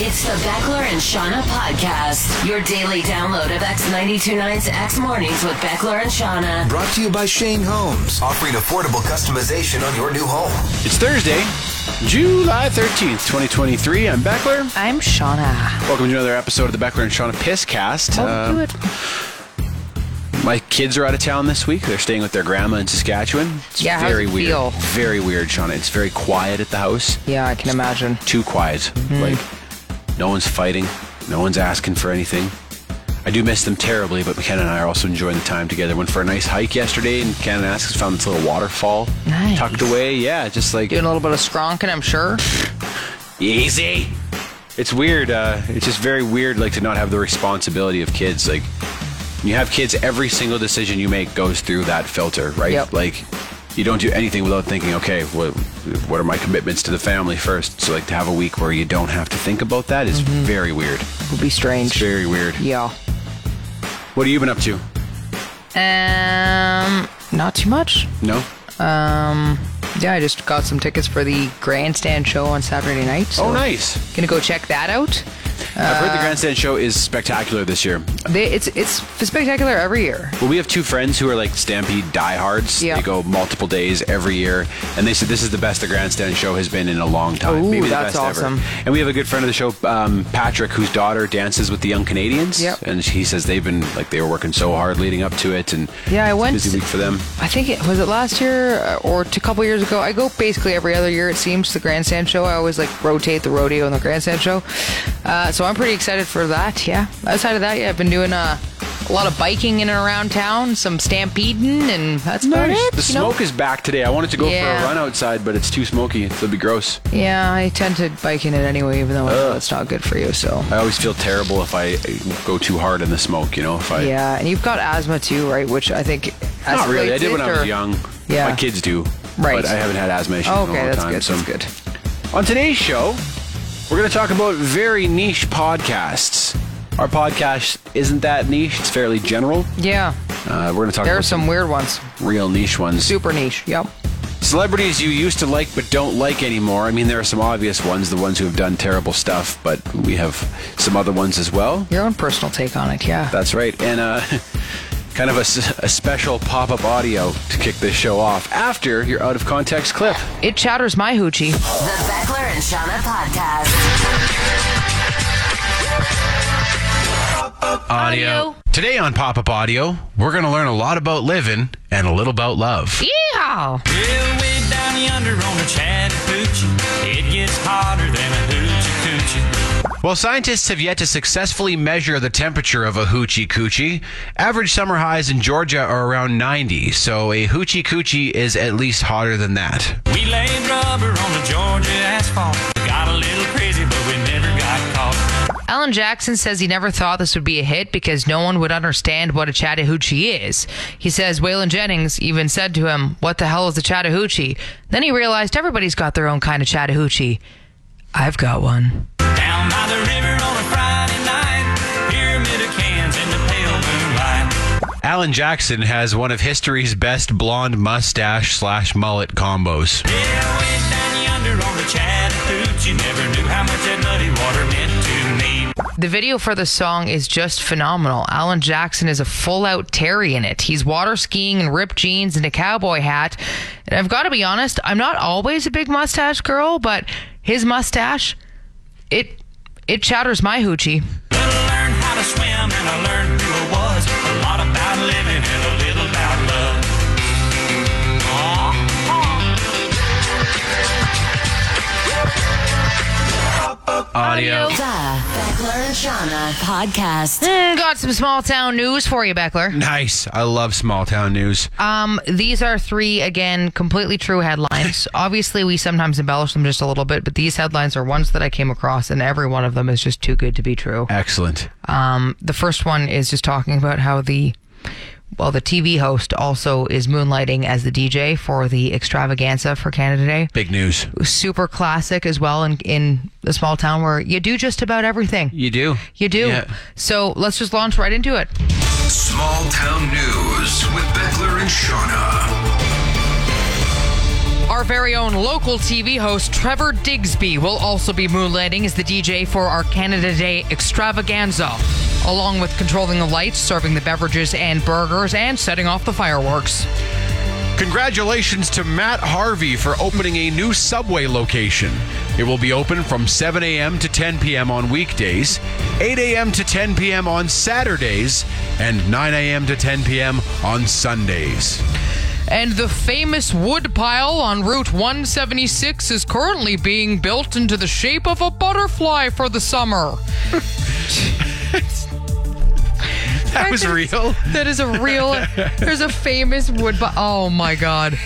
It's the Beckler and Shauna podcast, your daily download of X929's X Mornings with Beckler and Shauna. Brought to you by Shane Homes, offering affordable customization on your new home. It's Thursday, July 13th, 2023. I'm Beckler. I'm Shauna. Welcome to another episode of the Beckler and Shauna Pisscast. Oh, do Uh, it. my kids are out of town this week. They're staying with their grandma in Saskatchewan. It's Yeah, how's very it weird. feel? Very weird, Shauna. It's very quiet at the house. Yeah, I can imagine. Too quiet. Hmm. Like, no one's fighting, no one's asking for anything. I do miss them terribly, but McKenna and I are also enjoying the time together. Went for a nice hike yesterday, and McKenna and Askins found this little waterfall Nice. tucked away. Yeah, just like Doing a little bit of skronking, I'm sure. Easy. It's weird. Uh, it's just very weird, like to not have the responsibility of kids. Like you have kids, every single decision you make goes through that filter, right? Yep. Like you don't do anything without thinking, okay, what what are my commitments to the family first? So like to have a week where you don't have to think about that is very weird. Would be It's strange. very weird. Yeah. What have you been up to? Um, not too much. Um, No. Oh, Yeah, I just got some tickets for the grandstand show on Saturday night. So Oh, nice. Gonna go check that out. I've heard the grandstand show is spectacular this year. They, it's it's spectacular every year. Well, we have two friends who are like Stampede diehards. Yeah. They go multiple days every year, and they said this is the best the grandstand show has been in a long time. Ooh, Maybe the that's best awesome. ever. And we have a good friend of the show, um, Patrick, whose daughter dances with the Young Canadians. Yep. And he says they've been like they were working so hard leading up to it, and Yeah, I it's a went- busy week for them. I think it was it last year uh, or t- a couple years ago. I go basically every other year. It seems to the grandstand show. I always like rotate the rodeo and the grandstand show. Uh, so I'm pretty excited for that. Yeah. Outside of that, yeah, I've been doing uh, a lot of biking in and around town, some stampeding, and that's about it. The you know? smoke is back today. I wanted to go for Yeah. a run outside, but it's too smoky. It'll be gross. Yeah, I tend to bike in it anyway, even though I know it's not good for you. So. I always feel terrible if I go too hard in the smoke. You know, if I Yeah, and you've got asthma too, right? Which I think Not really. I escalates did when it, I was or- young. Yeah. My kids do. Right. But I haven't had asthma issues in a Okay, long that's time. good. so- That's good. On today's show, we're going to talk about very niche podcasts. Our podcast isn't that niche, it's fairly general. Yeah, Uh, we're going to talk there are about some weird ones, real niche ones. super niche. Yep. Celebrities you used to like but don't like anymore. I mean, there are some obvious ones, the ones who have done terrible stuff, but we have some other ones as well. Your own personal take on it, yeah. That's right. And uh, kind of a, s- a special pop up audio to kick this show off after your out of context clip. It chatters my hoochie. The Beckler and Shauna podcast. Audio. Today on Pop Up Audio, we're going to learn a lot about living and a little about love. Yeehaw! Well, way down yonder on the Chattahoochee, it gets hotter than a hoochie coochie. While scientists have yet to successfully measure the temperature of a hoochie coochie, average summer highs in Georgia are around 90, so a hoochie coochie is at least hotter than that. We laid rubber on the Georgia asphalt. Got a little crazy, but we never got caught. Alan Jackson says he never thought this would be a hit because no one would understand what a Chattahoochee is. He says Waylon Jennings even said to him, What the hell is a Chattahoochee? Then he realized everybody's got their own kind of Chattahoochee. I've got one. Down by the river on a Friday night, pyramid of cans in the pale moonlight. Alan Jackson has one of history's best blonde mustache slash mullet combos. Yeah, way down yonder on the Chattahoochee, never knew how much that muddy water meant to me. The video for the song is just phenomenal. Alan Jackson is a full out Terry in it. He's water skiing in ripped jeans and a cowboy hat. And I've got to be honest, I'm not always a big mustache girl, but his mustache, it it chatters my hoochie. But I learned how to swim and I learned who I was. A lot about living and a little about love. Audio. The Beckler and Shauna podcast. Mm, got some small town news for you, Beckler. Nice. I love small town news. Um, these are three again completely true headlines. Obviously, we sometimes embellish them just a little bit, but these headlines are ones that I came across, and every one of them is just too good to be true. Excellent. Um, the first one is just talking about how the Well, the TV host also is moonlighting as the DJ for the extravaganza for Canada Day. Big news. Super classic as well in, in the small town where you do just about everything. You do. You do. Yeah. So let's just launch right into it. Small Town News with Beckler and Shauna. Our very own local TV host Trevor Digsby will also be moonlighting as the DJ for our Canada Day extravaganza, along with controlling the lights, serving the beverages and burgers, and setting off the fireworks. Congratulations to Matt Harvey for opening a new Subway location. It will be open from 7 a.m. to 10 p.m. on weekdays, 8 a.m. to 10 p.m. on Saturdays, and 9 a.m. to 10 p.m. on Sundays. And the famous wood pile on Route 176 is currently being built into the shape of a butterfly for the summer. That was real. That is a real. There's a famous wood. Bu- oh my god.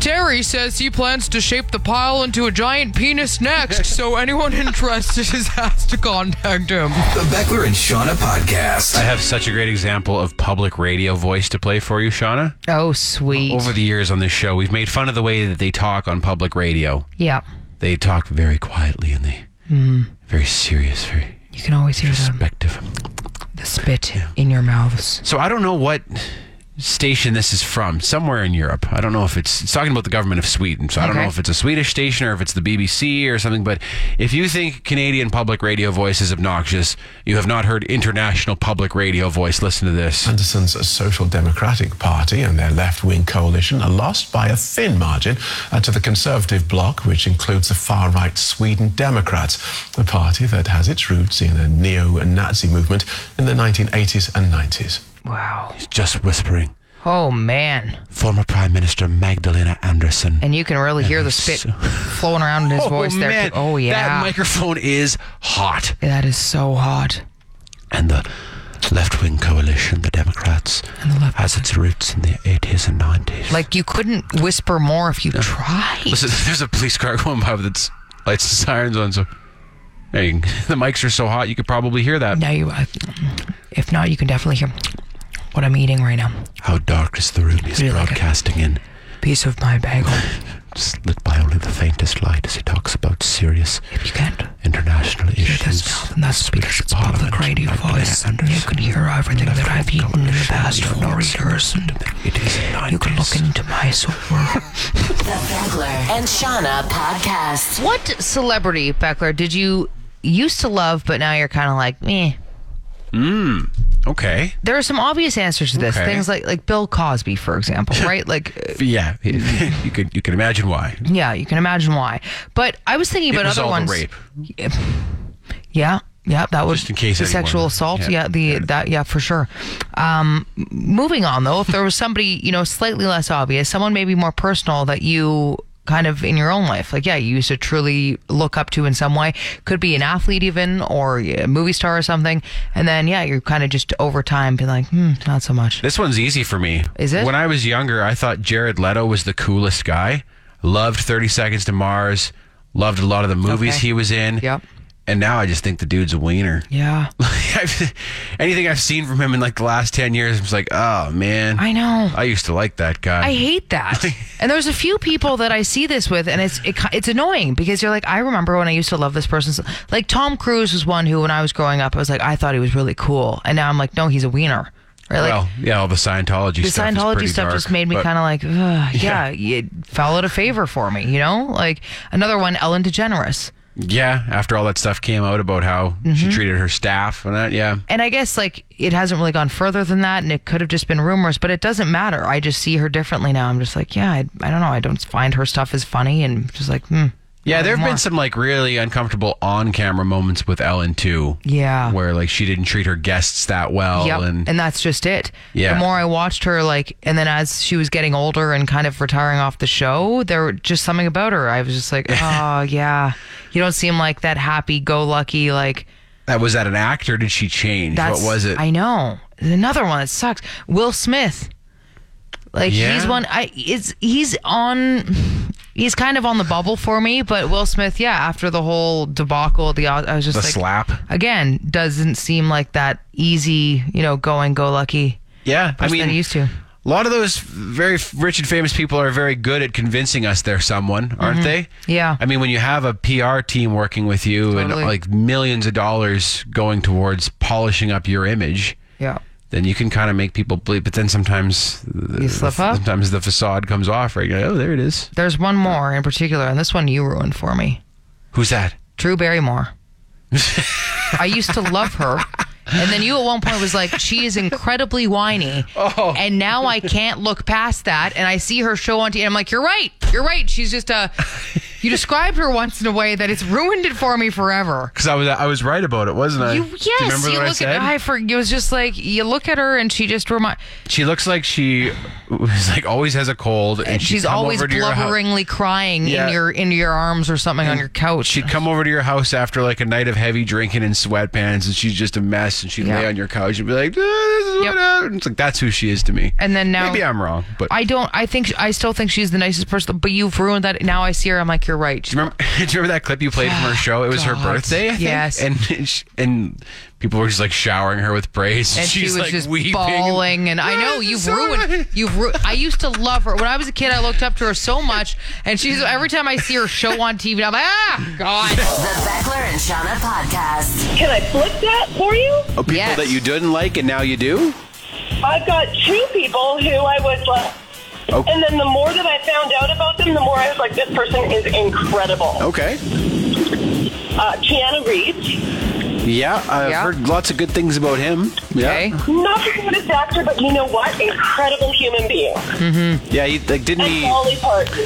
Terry says he plans to shape the pile into a giant penis next, so anyone interested is asked to contact him. The Beckler and Shauna I podcast. have such a great example of public radio voice to play for you, Shauna. Oh, sweet. Over the years on this show, we've made fun of the way that they talk on public radio. yeah, Mm. They talk very quietly and they very serious, very you can always hear the, respective. the spit in your mouths. So I don't know what station this is from. Somewhere in Europe. I don't know if it's it's talking about the government of Sweden. So I don't Okay. know if it's a Swedish station or if it's the BBC or something. But if you think Canadian public radio voice is obnoxious, you have not heard international public radio voice. Listen to this. Anderson's Social Democratic Party and their left wing coalition are lost by a thin margin uh, to the Conservative bloc, which includes the far right Sweden Democrats, a party that has its roots in a neo Nazi movement in the 1980s and 90s. Wow. Just whispering. Oh man, Former Prime Minister Magdalena Anderson. and you can really hear the it's spit so- flowing around in his voice there. man, Too. Oh yeah, That microphone is hot. that is so hot. And the left wing coalition, the Democrats, the left- has its roots in the 80s and 90s. Like you couldn't whisper more if you tried. Listen, there's a police car going by with its lights and sirens on, so hey, the mics are so hot you could probably hear that. Now you, uh, if not, you can definitely hear what I'm eating right now. How dark is the room he's Really like it. broadcasting in? Piece of my bagel. It's lit by only the faintest light as he talks about serious If you can't international hear issues. this now, then that's because it's Parliament, public radio Magdalena voice. You Anderson. can hear everything that I've eaten in the past four years. and It is in You can look 90s. into my soul. The Beckler and Shauna podcast. what celebrity, Beckler, did you used to love, but now you're kind of like, meh? Okay. There are some obvious answers to this. Okay. Things like like Bill Cosby, for example, right? Like, uh, Yeah, you could you can imagine why. yeah, you can imagine why. But I was thinking about it was other all ones. the rape. Yeah, yeah, that was Just in case the anyone- sexual assault. Yeah, yeah, the that yeah for sure. Um, m- moving on though, if there was somebody you know slightly less obvious, someone maybe more personal that you kind of in your own life, like yeah, you used to truly look up to in some way, could be an athlete even or a movie star or something, and then yeah, you're kind of just over time being like, hmm, not so much. This one's easy for me. Is it? When I was younger, I thought Jared Leto was the coolest guy. Loved 30 Seconds to Mars. Loved a lot of the movies Okay. he was in. Yep. And now I just think the dude's a wiener. Yeah, I've- Anything I've seen from him in like the last 10 years, I'm just like, oh, man. I know. I used to like that guy. I hate that. and there's a few people that I see this with, and it's it, ki- it's annoying because you're like, I remember when I used to love this person. so- Like Tom Cruise was one who, when I was growing up, I was like, I thought he was really cool, and now I'm like, no, he's a wiener. Right? Like, well, yeah, all the Scientology the stuff. is Scientology pretty stuff dark, just made me but- kind of like, Ugh, yeah, it fell out of favor for me, you know. Like another one, Ellen DeGeneres. Yeah, after all that stuff came out about how Mm-hmm. she treated her staff and that, yeah. and I guess like it hasn't really gone further than that, and it could have just been rumors, but it doesn't matter. I just see her differently now. I'm just like, yeah, I, I don't know. I don't find her stuff as funny, and just like, hmm. Yeah, there have more. been some like really uncomfortable on camera moments with Ellen too. Yeah. Where like she didn't treat her guests that well Yep, and, and, that's just it. Yeah. The more I watched her, like, and then as she was getting older and kind of retiring off the show, there were just something about her. I was just like, oh yeah, you don't seem like that happy go lucky like. that was that an act or did she change? That's what was it? I know another one that sucks. Will Smith, like Yeah. he's one. I it's he's on. He's kind of on the bubble for me, but Will Smith, yeah. After the whole debacle, the I was just the like, slap. again, doesn't seem like that easy. You know, going go lucky. Yeah, I Worse than mean, I used to. a lot of those very f- rich and famous people are very good at convincing us they're someone, aren't they? Mm-hmm. Yeah. I mean, when you have a PR team working with you and Totally. like millions of dollars going towards polishing up your image, Yeah. then you can kind of make people believe. But then sometimes the, You slip up. Sometimes the facade comes off, right? You're like, oh, there it is. There's one more in particular, and this one you ruined for me. Who's that? Drew Barrymore. I used to love her. And then you at one point was like, she is incredibly whiny. Oh. And now I can't look past that. And I see her show on TV. And I'm like, you're right. You're right. She's just a. You described her once in a way that it's ruined it for me forever. Because I was I was right about it, wasn't I? You, Uh, Do you yes, remember you, what look I said? at I for it was just like you look at her and she just remind she looks like she was like always has a cold, and, she'd she's come always over to your hou- blubberingly crying Yeah. in your in your arms or something on your couch. She'd come over to your house after like a night of heavy drinking and sweatpants, and she's just a mess. And she'd Yeah. lay on your couch and be like, "Ah, "This is Yep. what happened." It's like that's who she is to me. And then now- maybe I'm wrong, but I don't. I think I still think she's the nicest person. But you've ruined that. Now I see her. I'm like, you're right. do you remember? Do you remember that clip you played from her show? It was her God. birthday, I think. Yes. And she- and people were just like showering her with praise, and she she's was like just weeping. bawling, and I "Ah, know this you've is so nice." ruined. You've ru- I used to love her when I was a kid. I looked up to her so much, and she's every time I see her show on TV, I'm like, ah, God. The Beckler and Shauna podcast. Can I flip that for you? Oh, people Yes. that you didn't like and now you do? I've got two people who I was like, Okay. and then the more that I found out about them, the more I was like, this person is incredible. Okay. Uh, Keanu Reeves, Yeah, I've Yeah. heard lots of good things about him. Yeah. Okay. not the greatest actor, but you know what? Incredible human being. Yeah, he, like didn't And he? Dolly Parton.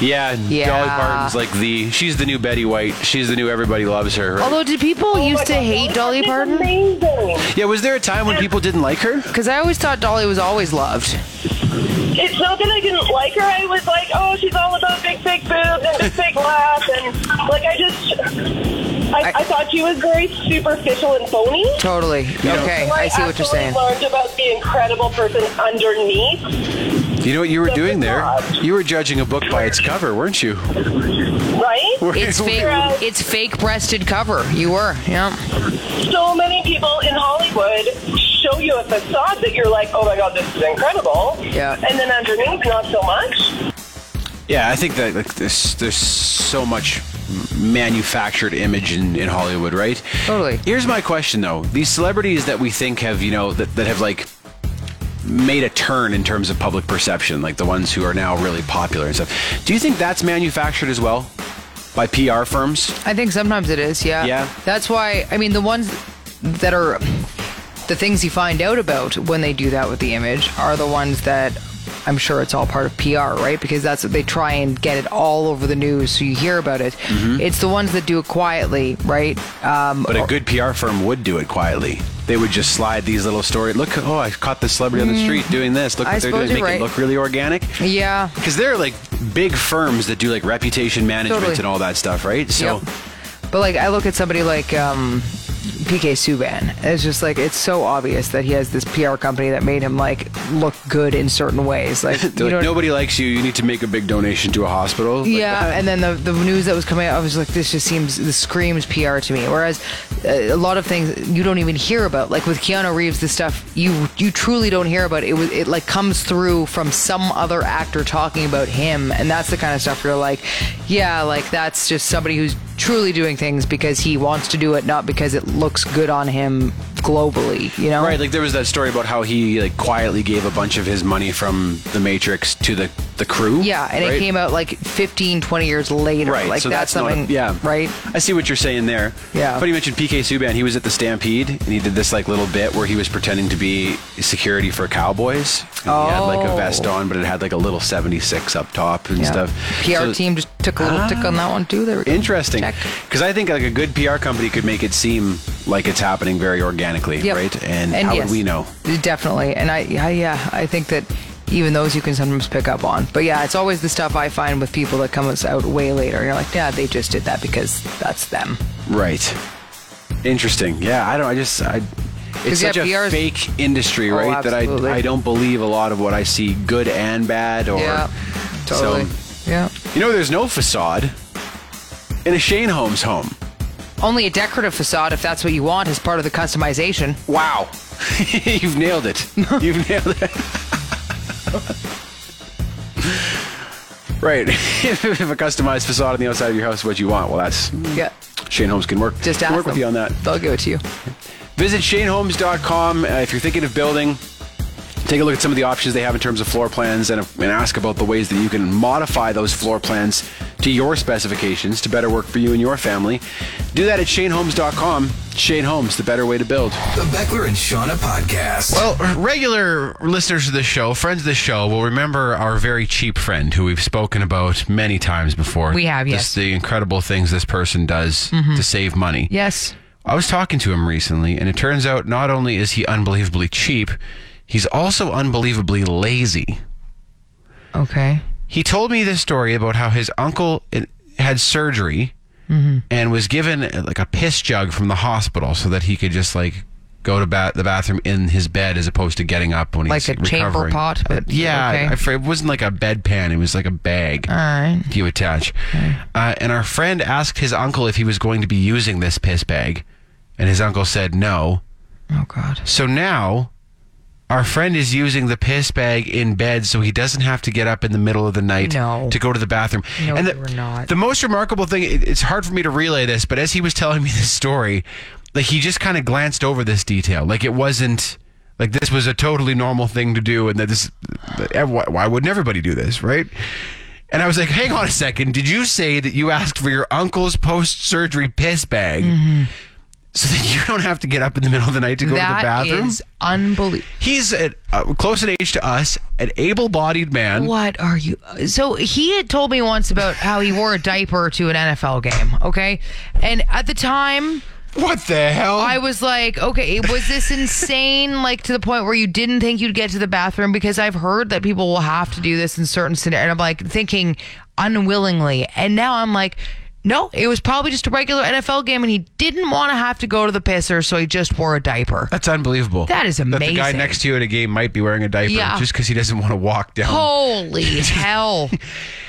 Yeah, Yeah. Dolly Parton's like the she's the new Betty White. She's the new everybody loves her. right? Although, did Oh people Oh, used to hate Dolly Parton? Amazing. yeah, was there a time when people didn't like her? Because I always thought Dolly was always loved. It's not that I didn't like her. I was like, oh, she's all about big, big boobs and big, big laughs, and like I just, I, I, I- thought she was very superficial and phony. Totally. Okay, So I see what you're actually saying. Learned about the incredible person underneath. You know what you were That's doing there? not. You were judging a book by its cover, weren't you? Right? It's fake. Whereas It's fake-breasted cover. You were. Yeah. so many people in Hollywood show you a facade that you're like, oh my god, this is incredible. Yeah. And then underneath, not so much. Yeah, I think that like there's, there's so much manufactured image in, in Hollywood, right? Totally. Here's my question though: these celebrities that we think have, you know, that, that have like made a turn in terms of public perception, like the ones who are now really popular and stuff. Do you think that's manufactured as well by PR firms? I think sometimes it is, yeah. Yeah. That's why, I mean, the ones that are the things you find out about when they do that with the image are the ones that I'm sure it's all part of PR, right? Because that's what they try and get it all over the news so you hear about it. It's the ones that do it quietly, right? Um, But a good PR firm would do it quietly. They would just slide these little stories. Look, oh, I caught this celebrity on the street doing this. Look what Mm. I they're suppose doing. Make you're it right. look really organic. yeah. Because there are like big firms that do like reputation management Totally. and all that stuff, right? So Yep. But like, I look at somebody like um, PK Subban. It's just like it's so obvious that he has this PR company that made him like look good in certain ways. Like, you they're like, know what- nobody likes you. You need to make a big donation to a hospital. Like, yeah, and then the, the news that was coming out, I was like, this just seems, this screams PR to me. Whereas uh, a lot of things you don't even hear about, like with Keanu Reeves, the stuff you you truly don't hear about. It was it like comes through from some other actor talking about him, and that's the kind of stuff you're like, yeah, like that's just somebody who's truly doing things because he wants to do it, not because it looks good on him globally. You know, uh, Right, like there was that story about how he like quietly gave a bunch of his money from the Matrix to the the crew. Yeah, and it right? came out like 15, 20 years later. Right, like so that's, that's not a- something. yeah. right. I see what you're saying there. Yeah. But you mentioned PK Subban. He was at the Stampede and he did this like little bit where he was pretending to be security for cowboys. And He had like a Oh. vest on, but it had like a little 76 up top and Yeah. stuff. PR So- team just took a little tick on that one too. There we go. Interesting. Check. Because I think like a good PR company could make it seem like it's happening very organically, Yep. right? And, how yes. would we know? Definitely. And I, yeah, yeah, I think that even those you can sometimes pick up on. But yeah, it's always the stuff I find with people that comes out way later. You're like, yeah, they just did that because that's them. Right. Interesting. Yeah, I don't. I just I. It's 'Cause, yeah, such PR a 's- fake industry, Oh, right? that absolutely. I I don't believe a lot of what I see, good and bad, or yeah, totally. yeah. So, you know, there's no facade in a Shane Holmes home. Only a decorative facade, if that's what you want, is part of the customization. Wow. You've nailed it. You've nailed it. right. if a customized facade on the outside of your house is what you want, well, that's Yeah. Shane Holmes can work. Just can ask work with them. you on that. They'll give it to you. Visit shanehomes.com uh, if you're thinking of building. Take a look at some of the options they have in terms of floor plans and, and ask about the ways that you can modify those floor plans to your specifications to better work for you and your family. Do that at shanehomes.com. Shane Homes, the better way to build. The Beckler and Shauna Podcast. Well, regular listeners to this show, friends of this show, will remember our very cheap friend who we've spoken about many times before. We have, Just yes. Mm-hmm. the incredible things this person does to save money. Yes. I was talking to him recently, and it turns out not only is he unbelievably cheap, he's also unbelievably lazy. Okay. He told me this story about how his uncle i- had surgery Mm-hmm. and was given uh, like a piss jug from the hospital so that he could just like go to ba- the bathroom in his bed as opposed to getting up when Like he's a chamber recovering. pot, but- Uh, yeah, okay. Uh, I fr- it wasn't like a bedpan; it was like a bag All right. you attach. Uh, and our friend asked his uncle if he was going to be using this piss bag, and his uncle said no. Oh God. So now our friend is using the piss bag in bed so he doesn't have to get up in the middle of the night No. to go to the bathroom. No, and the, you are not. the most remarkable thing, it, it's hard for me to relay this, but as he was telling me this story, like he just kind of glanced over this detail. Like it wasn't like this was a totally normal thing to do and that this that ev- why- why wouldn't everybody do this, right? And I was like, hang on a second. Did you say that you asked for your uncle's post surgery piss bag Mm-hmm. so that you don't have to get up in the middle of the night to go to the That bathroom? is unbelievable. He's at, uh, close in age to us, an able-bodied man. What are you? So he had told me once about how he wore a diaper to an NFL game. Okay, and at the time. What the hell? I was like, okay, was this insane? like to the point where you didn't think you'd get to the bathroom because I've heard that people will have to do this in certain scenarios. And I'm like thinking unwillingly, and now I'm like. No, it was probably just a regular NFL game, and he didn't want to have to go to the pisser, so he just wore a diaper. That's unbelievable. That is That the guy amazing. next to you at a game might be wearing a diaper Yeah. Oh. just because he doesn't want to walk down. Holy hell.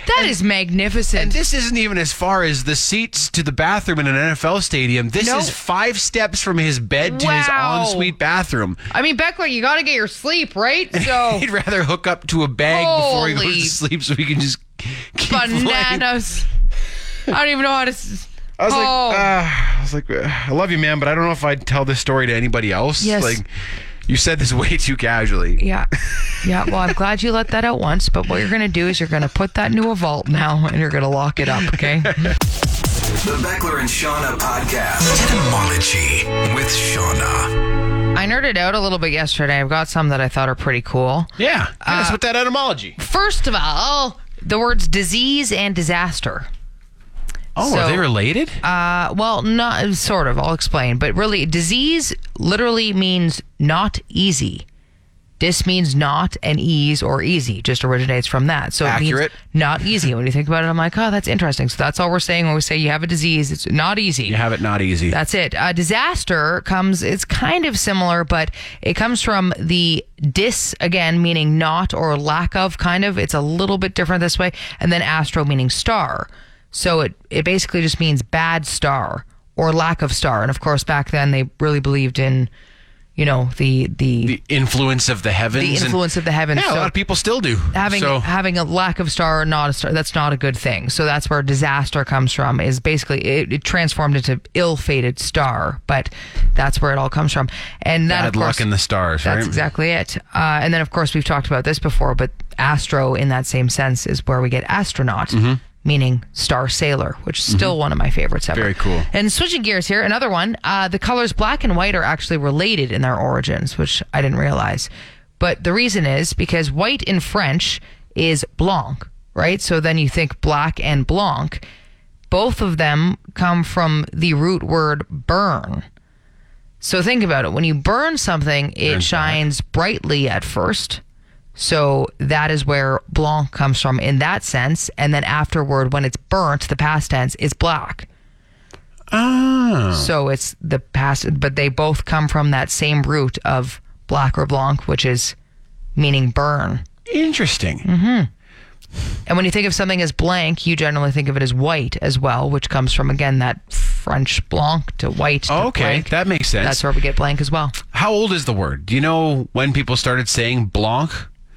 that is magnificent. And this isn't even as far as the seats to the bathroom in an NFL stadium. This Nope. is five steps from his bed to Wow. his ensuite bathroom. I mean, Beckler, you got to get your sleep, right? So, He'd rather hook up to a bag before he goes Oh. Holy to sleep so he can just keep playing. bananas. I don't even know how to. s- I was Oh. like, ah, I was like, uh, I love you, man, but I don't know if I'd tell this story to anybody else. Yes. Like, you said this way too casually. Yeah. Yeah. Well, I'm glad you let that out once, but what you're going to do is you're going to put that into a vault now and you're going to lock it up, okay? The Beckler and Shauna Podcast. Etymology with Shauna. I nerded out a little bit yesterday. I've got some that I thought are pretty cool. Yeah. That's what that etymology. First of all, the words disease and disaster. Oh, so- are they related? Uh, well, not sort of. I'll explain. But really, disease literally means not easy. Dis means not, and ease or easy just originates from that. So Accurate. it means not easy. When you think about it, I'm like, oh, that's interesting. So that's all we're saying when we say you have a disease. It's not easy. you have it not easy. That's it. Uh, disaster comes, it's kind of similar, but it comes from the dis, again, meaning not or lack of, kind of. It's a little bit different this way. And then astro, meaning star. So it, it basically just means bad star or lack of star. And of course, back then they really believed in, you know, the, the, the influence of the heavens. The and- influence of the heavens. Yeah, a So- lot of people still do. having so, having a lack of star or not a star that's not a good thing so that's where disaster comes from is basically it, it transformed into ill-fated star but that's where it all comes from and that bad of course luck in the stars, that's right? exactly it uh, and then of course we've talked about this before but astro in that same sense is where we get astronaut Mm-hmm. Meaning star sailor, which is still one of my favorites ever. Very cool. And switching gears here, another one. Uh, the colors black and white are actually related in their origins, which I didn't realize. But the reason is because white in French is blanc, right? So then you think black and blanc. Both of them come from the root word burn. So think about it. When you burn something, it shines brightly at first. So that is where blanc comes from in that sense. And then afterward, when it's burnt, the past tense is black. Ah. So it's the past, but they both come from that same root of black or blanc, which is meaning burn. Mhm. Interesting. And when you think of something as blank, you generally think of it as white as well, which comes from, again, that French blanc to white. To Okay, blank. that makes sense. That's where we get blank as well. How old is the word? Do you know when people started saying blanc?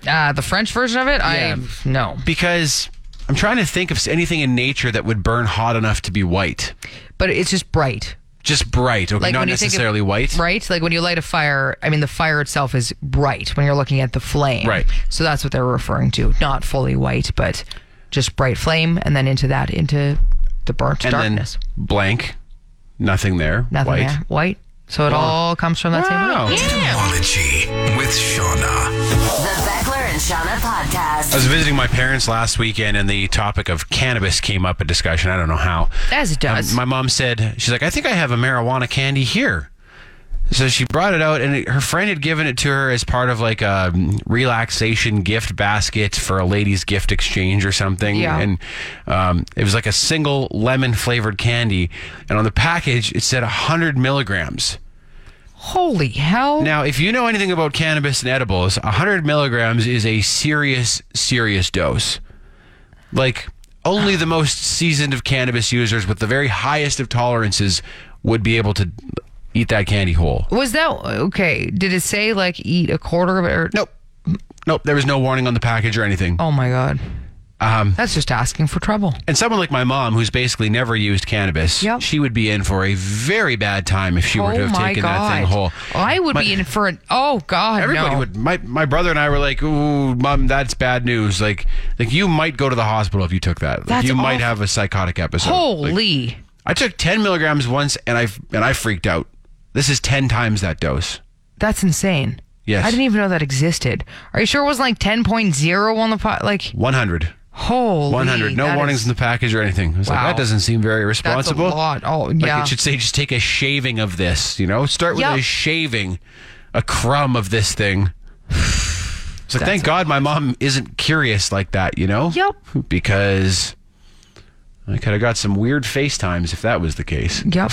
Uh, the French version of it, Yeah. I no. Because I'm trying to think of anything in nature that would burn hot enough to be white. But it's just bright. Just bright, okay, Like not when you think of- necessarily white. Right? Like when you light a fire, I mean, the fire itself is bright when you're looking at the flame. Right. So that's what they're referring to. Not fully white, but just bright flame, and then into that, into the burnt And darkness. then blank, nothing there, Nothing white. there. White. So it all comes from that Wow. same root. Etymology with Shauna. The Beckler and Shauna I Podcast. was visiting my parents last weekend, and the topic of cannabis came up in discussion. I don't know how. As it does. Um, my mom said, she's like, I think I have a marijuana candy here. So she brought it out, and it, her friend had given it to her as part of like a mm, relaxation gift basket for a ladies' gift exchange or something. Yeah. And um, it was like a single lemon flavored candy. And on the package, it said 100 milligrams. Holy hell. Now, if you know anything about cannabis and edibles, 100 milligrams is a serious, serious dose. Like, only the most seasoned of cannabis users with the very highest of tolerances would be able to eat that candy whole. Was that okay? Did it say like eat a quarter of it? Or, Nope. Nope. There was no warning on the package or anything. Oh my god. Um, That's just asking for trouble. And someone like my mom, who's basically never used cannabis, Yep. she would be in for a very bad time if she were to oh have my taken god. that thing whole. I would My- be in for an. Oh god. Everybody no. would. My my brother and I were like, "Ooh, mom, that's bad news. Like, like you might go to the hospital if you took that. Like, That's you might awful. have a psychotic episode." Like, Holy. I took ten milligrams once, and I and I freaked out. This is ten times that dose. That's insane. Yes. I didn't even know that existed. Are you sure it wasn't like 10.0 on the pot? Like, One hundred. holy. One hundred. No that warnings is- in the package or anything. I was like, Wow. that doesn't seem very That's a responsible. lot. Oh, Like yeah. it should say, just take a shaving of this. You know, start with Yep. a shaving, a crumb of this thing. It's like, thank God my mom isn't curious like that. You know. Yep. Because I could have got some weird FaceTimes if that was the case. yep.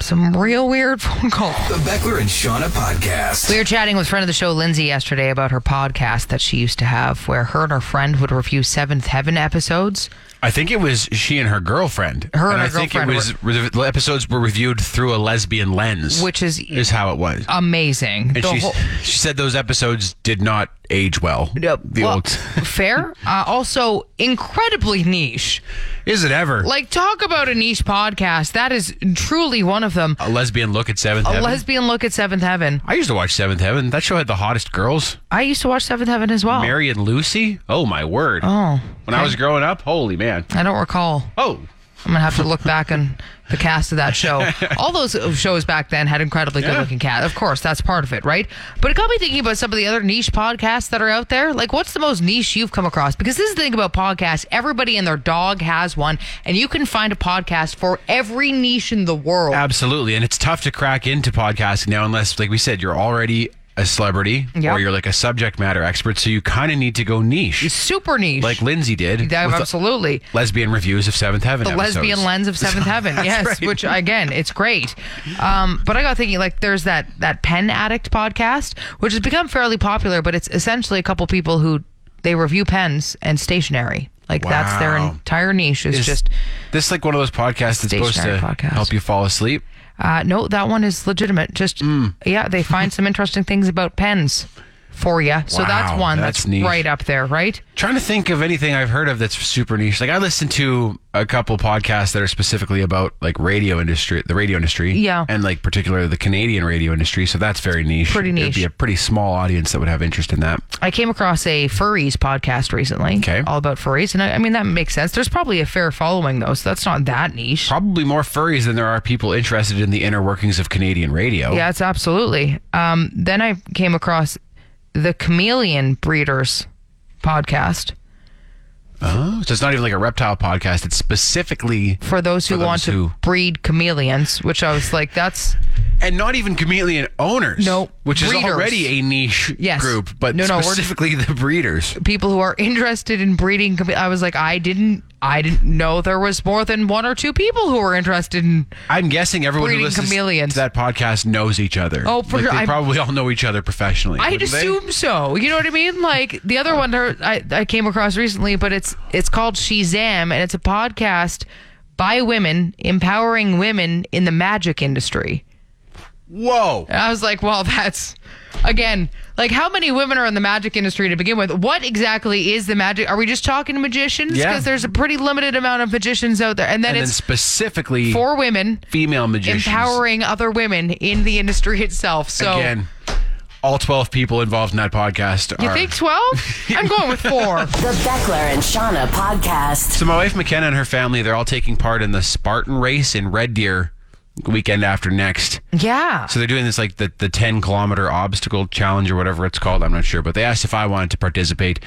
Some real weird phone calls. The Beckler and Shauna podcast. We were chatting with friend of the show Lindsay yesterday about her podcast that she used to have, where her and her friend would review Seventh Heaven episodes. I think it was she and her girlfriend. Her and I her think it girlfriend was re- the episodes were reviewed through a lesbian lens, Which is- is how it was. Amazing. And The she whole- she said those episodes did not age well. Yeah, The well, old fair. Uh, also, incredibly niche. is it ever Like, talk about a niche podcast. That is truly one of them. a lesbian look at Seventh A Heaven? lesbian look at Seventh Heaven. I used to watch Seventh Heaven. That show had the hottest girls, I used to watch Seventh Heaven as well. Mary and Lucy. Oh my word! Oh, when I was growing up, holy man! I don't recall. Oh, I'm gonna have to look back on the cast of that show. All those shows back then had incredibly good Yeah. looking cast. Of course, that's part of it, right? But it got me thinking about some of the other niche podcasts that are out there. Like, what's the most niche you've come across? Because this is the thing about podcasts: everybody and their dog has one, and you can find a podcast for every niche in the world. Absolutely. And it's tough to crack into podcasting now unless, like we said, you're already a celebrity Yeah. or you're like a subject matter expert. So you kind of need to go niche, Super niche. like Lindsay did. Yeah, with the absolutely. Lesbian reviews of Seventh Heaven. the episodes. lesbian lens of Seventh Heaven. yes, which again, it's great. Um, but I got thinking, like, there's that that Pen Addict podcast, which has become fairly popular, but it's essentially a couple people who they review pens and stationery. Like that's their Wow. entire niche is, Is just this like one of those podcasts that's supposed to Stationary podcast. help you fall asleep. uh, no, that one is legitimate. Just Hmm. yeah, they find some interesting things about pens for you. So that's Wow, one that's that's, neat. right up there, right? Trying to think of anything I've heard of that's super niche. Like I listen to a couple podcasts that are specifically about like radio industry, the radio industry, Yeah. and like particularly the Canadian radio industry. So that's very niche. Pretty It'd be niche. a pretty small audience that would have interest in that. I came across a furries podcast recently, Okay. all about furries, and I, I mean that makes sense. There's probably a fair following though, so that's not that niche. probably more furries than there are people interested in the inner workings of Canadian radio. Yeah, it's absolutely. Um, then I came across the Chameleon Breeders podcast Oh, so it's not even like a reptile podcast. It's specifically for those who For those want to who- breed chameleons, which I was like, that's and not even chameleon owners. No, which is breeders. already a niche Yes. group, but No, no, we're- specifically the breeders. people who are interested in breeding. chame- I was like, I didn't, I didn't know there was more than one or two people who were interested in. I'm guessing everyone who Breeding listens chameleons. to that podcast knows each other. Oh, for Like, sure. they I'm- probably all know each other professionally. I'd wouldn't they? assume so. You know what I mean? Like the other one there, I, I came across recently, but it's it's called Shazam, and it's a podcast by women empowering women in the magic industry. Whoa. And I was like, well, that's again, like how many women are in the magic industry to begin with? What exactly is the magic? Are we just talking magicians? Because Yeah. there's a pretty limited amount of magicians out there. And then and then it's specifically for women female magicians. empowering other women in the industry itself. So Again, all 12 people involved in that podcast you are. think 12? I'm going with four. The Beckler and Shauna podcast. So my wife McKenna and her family, they're all taking part in the Spartan race in Red Deer weekend after next. Yeah. So they're doing this like the, the 10 kilometer obstacle challenge or whatever it's called. I'm not sure. But they asked if I wanted to participate.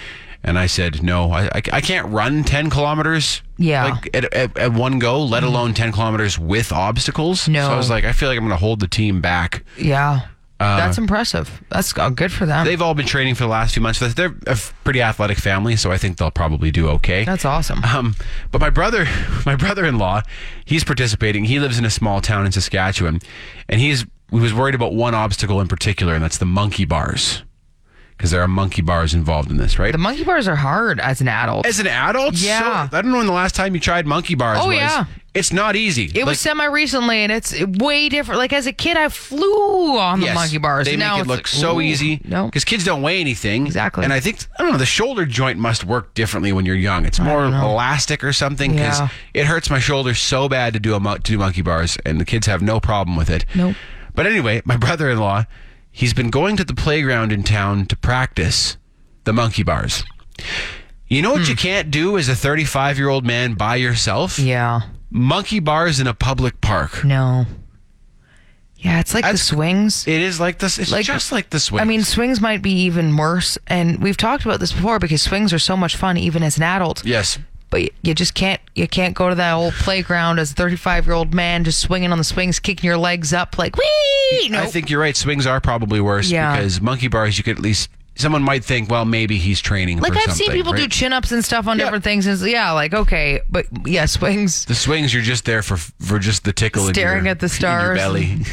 And I said, no, I, I, I can't run 10 kilometers Yeah. Mm-hmm. like at, at, at one go, let alone 10 kilometers with obstacles. No. So I was like, I feel like I'm going to hold the team back. Yeah. That's impressive. That's uh, good for them. They've all been training for the last few months. They're a pretty athletic family, so I think they'll probably do okay. That's awesome. Um, but my brother, my brother-in-law, he's participating. He lives in a small town in Saskatchewan, and he's he was worried about one obstacle in particular, and that's the monkey bars, because there are monkey bars involved in this, right? The monkey bars are hard as an adult. As an adult, So- Yeah. I don't know when the last time you tried monkey bars. Oh, was. yeah. It's not easy. It was semi recently, and it's way different. Like as a kid, I flew on the Yes, monkey bars. They and now make it it's look like, so ooh, easy. No, because kids don't weigh anything. Exactly. And I think I don't know. The shoulder joint must work differently when you're young. It's more elastic or something. Because Yeah. it hurts my shoulder so bad to do a mon- to do monkey bars, and the kids have no problem with it. Nope. But anyway, my brother-in-law, he's been going to the playground in town to practice the monkey bars. You know what you can't do as a 35 year old man by yourself? Hmm. yeah, Hmm. Monkey bars in a public park. no, yeah. It's like the That's- swings. It is like this. It's Like- just like this way. I mean, swings might be even worse. And we've talked about this before because swings are so much fun, even as an adult. yes. But y- you just can't you can't go to that old playground as a 35 year old man just swinging on the swings, kicking your legs up like wee. No, I think you're right. Swings are probably worse Yeah. because monkey bars, you could at least, someone might think, well, maybe he's training. like for I've seen something, people do right? chin ups and stuff on Yeah. different things. And it's- yeah, like okay, but yeah, swings. the swings, you're just there for for just the tickle. in Staring your- at the in your stars. belly.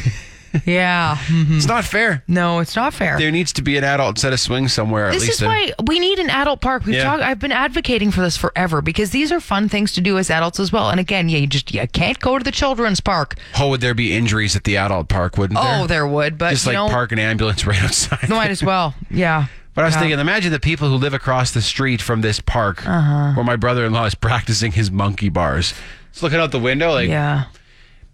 Yeah. it's not fair. No, it's not fair. There needs to be an adult set of swings somewhere. at this least is a- why we need an adult park. We've Yeah. talked. I've been advocating for this forever because these are fun things to do as adults as well. And again, yeah, you just you can't go to the children's park. How would there be injuries at the adult park? Wouldn't there? Oh, there would, but Just you like know, park an ambulance right outside. might as well. Yeah. But I was Yeah. thinking, imagine the people who live across the street from this park Uh-huh. where my brother in law is practicing his monkey bars. Just looking out the window, like, Yeah.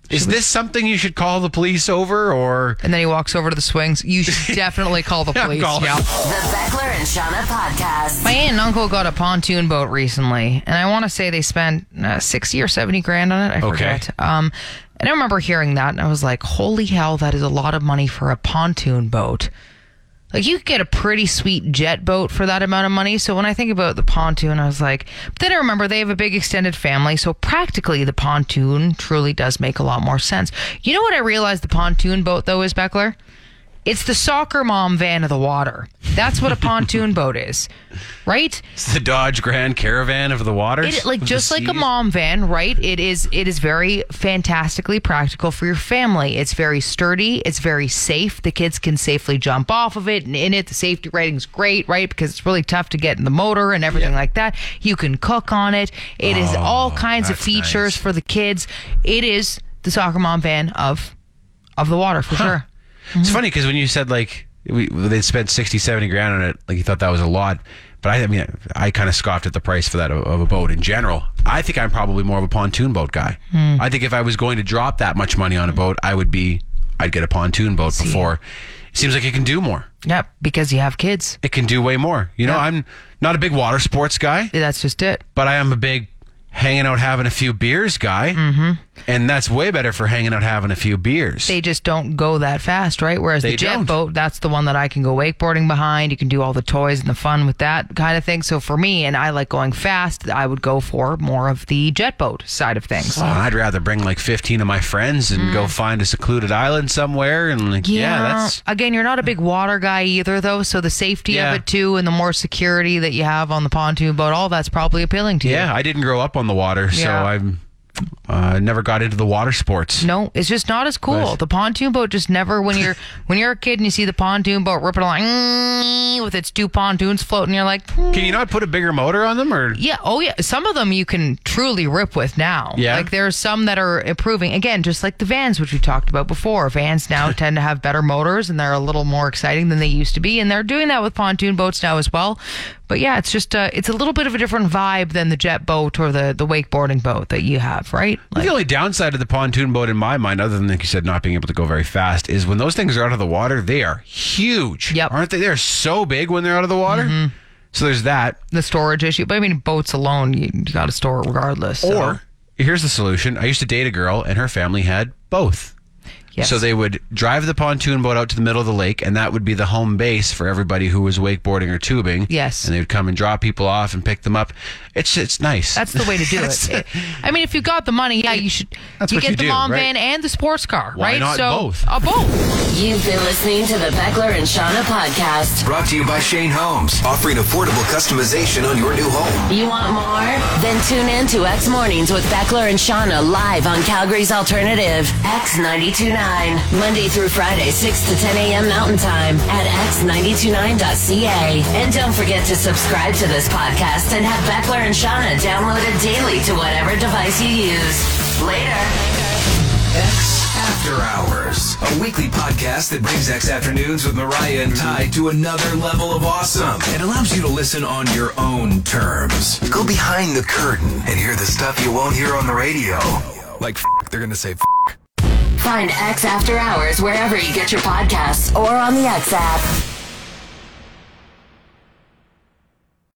is this something you should call the police over or. And then he walks over to the swings. You should definitely call the Yeah, police. call it. The Beckler and Shauna podcast. My aunt and uncle got a pontoon boat recently, and I want to say they spent uh, sixty or seventy grand on it. I forget. Um, and I remember hearing that, and I was like, "Holy hell, that is a lot of money for a pontoon boat." Like you could get a pretty sweet jet boat for that amount of money. So when I think about the pontoon, I was like, but then I remember they have a big extended family, so practically the pontoon truly does make a lot more sense. You know what I realized the pontoon boat though is Beckler? It's the soccer mom van of the water. That's what a pontoon boat is, right? the Dodge Grand Caravan of the waters. It like Of the just like a seas. mom van, right? It is it is very fantastically practical for your family. It's very sturdy, it's very safe. The kids can safely jump off of it and in it. The safety rating's great, right? Because it's really tough to get in the motor and everything like that. You can cook on it. It is all kinds Oh, of that's features nice. for the kids. It is the soccer mom van of of the water for sure. It's funny because when you said like we, they spent 60, 70 grand on it, like you thought that was a lot. But I, I mean, I kind of scoffed at the price for that of, of a boat in general. I think I'm probably more of a pontoon boat guy. Hmm. I think if I was going to drop that much money on a boat, I would be, I'd get a pontoon boat before. It seems like it can do more. Yep, because you have kids. It can do way more. You know, Yeah. I'm not a big water sports guy, That's just it. but I am a big hanging out having a few beers guy. Mm-hmm. And that's way better for hanging out having a few beers. they just don't go that fast, right? Whereas They the jet don't. boat, that's the one that I can go wakeboarding behind. You can do all the toys and the fun with that kind of thing. So for me, and I like going fast, I would go for more of the jet boat side of things. Oh, I'd rather bring like 15 of my friends and Mm. go find a secluded island somewhere and like yeah, that's Again, you're not a big water guy either, though. So the safety Yeah. of it too, and the more security that you have on the pontoon boat, all that's probably appealing to you. yeah, I didn't grow up on the water, so Yeah. I'm Uh, never got into the water sports. No, it's just not as cool. The pontoon boat just never when you're when you're a kid and you see the pontoon boat ripping along "Mm," with its two pontoons floating, you're like, "Mm." Can you not put a bigger motor on them or? yeah, oh yeah. Some of them you can truly rip with now. Yeah. like there are some that are improving again, just like the vans which we talked about before. Vans now tend to have better motors and they're a little more exciting than they used to be, and they're doing that with pontoon boats now as well. But yeah, it's just uh, it's a little bit of a different vibe than the jet boat or the the wakeboarding boat that you have, right? the only downside of the pontoon boat, in my mind, other than like you said, not being able to go very fast, is when those things are out of the water, they are huge. Yep. Mm-hmm. aren't they? They're so big when they're out of the water. So there's that. the storage issue. But I mean, boats alone, you got to store it regardless. so- Or here's the solution. I used to date a girl, and her family had both. Yes. So they would drive the pontoon boat out to the middle of the lake, and that would be the home base for everybody who was wakeboarding or tubing. Yes. and they would come and drop people off and pick them up. It's it's nice. That's the way to do That's it. I mean, if you got the money, yeah, you should. That's you what get you the do, mom right? van and the sports car, Why right? not so both? Uh, both. You've been listening to the Beckler and Shauna podcast. Brought to you by Shane Holmes, offering affordable customization on your new home. You want more? Then tune in to X Mornings with Beckler and Shauna live on Calgary's Alternative, X929. Monday through Friday, 6 to 10 a.m. Mountain Time at x929.ca. And don't forget to subscribe to this podcast and have Beckler and Shauna downloaded daily to whatever device you use. Later. X After Hours, a weekly podcast that brings X Afternoons with Mariah and Ty to another level of awesome and allows you to listen on your own terms. Go behind the curtain and hear the stuff you won't hear on the radio. Like, f- they're going to say, f- Find X After Hours wherever you get your podcasts or on the X app.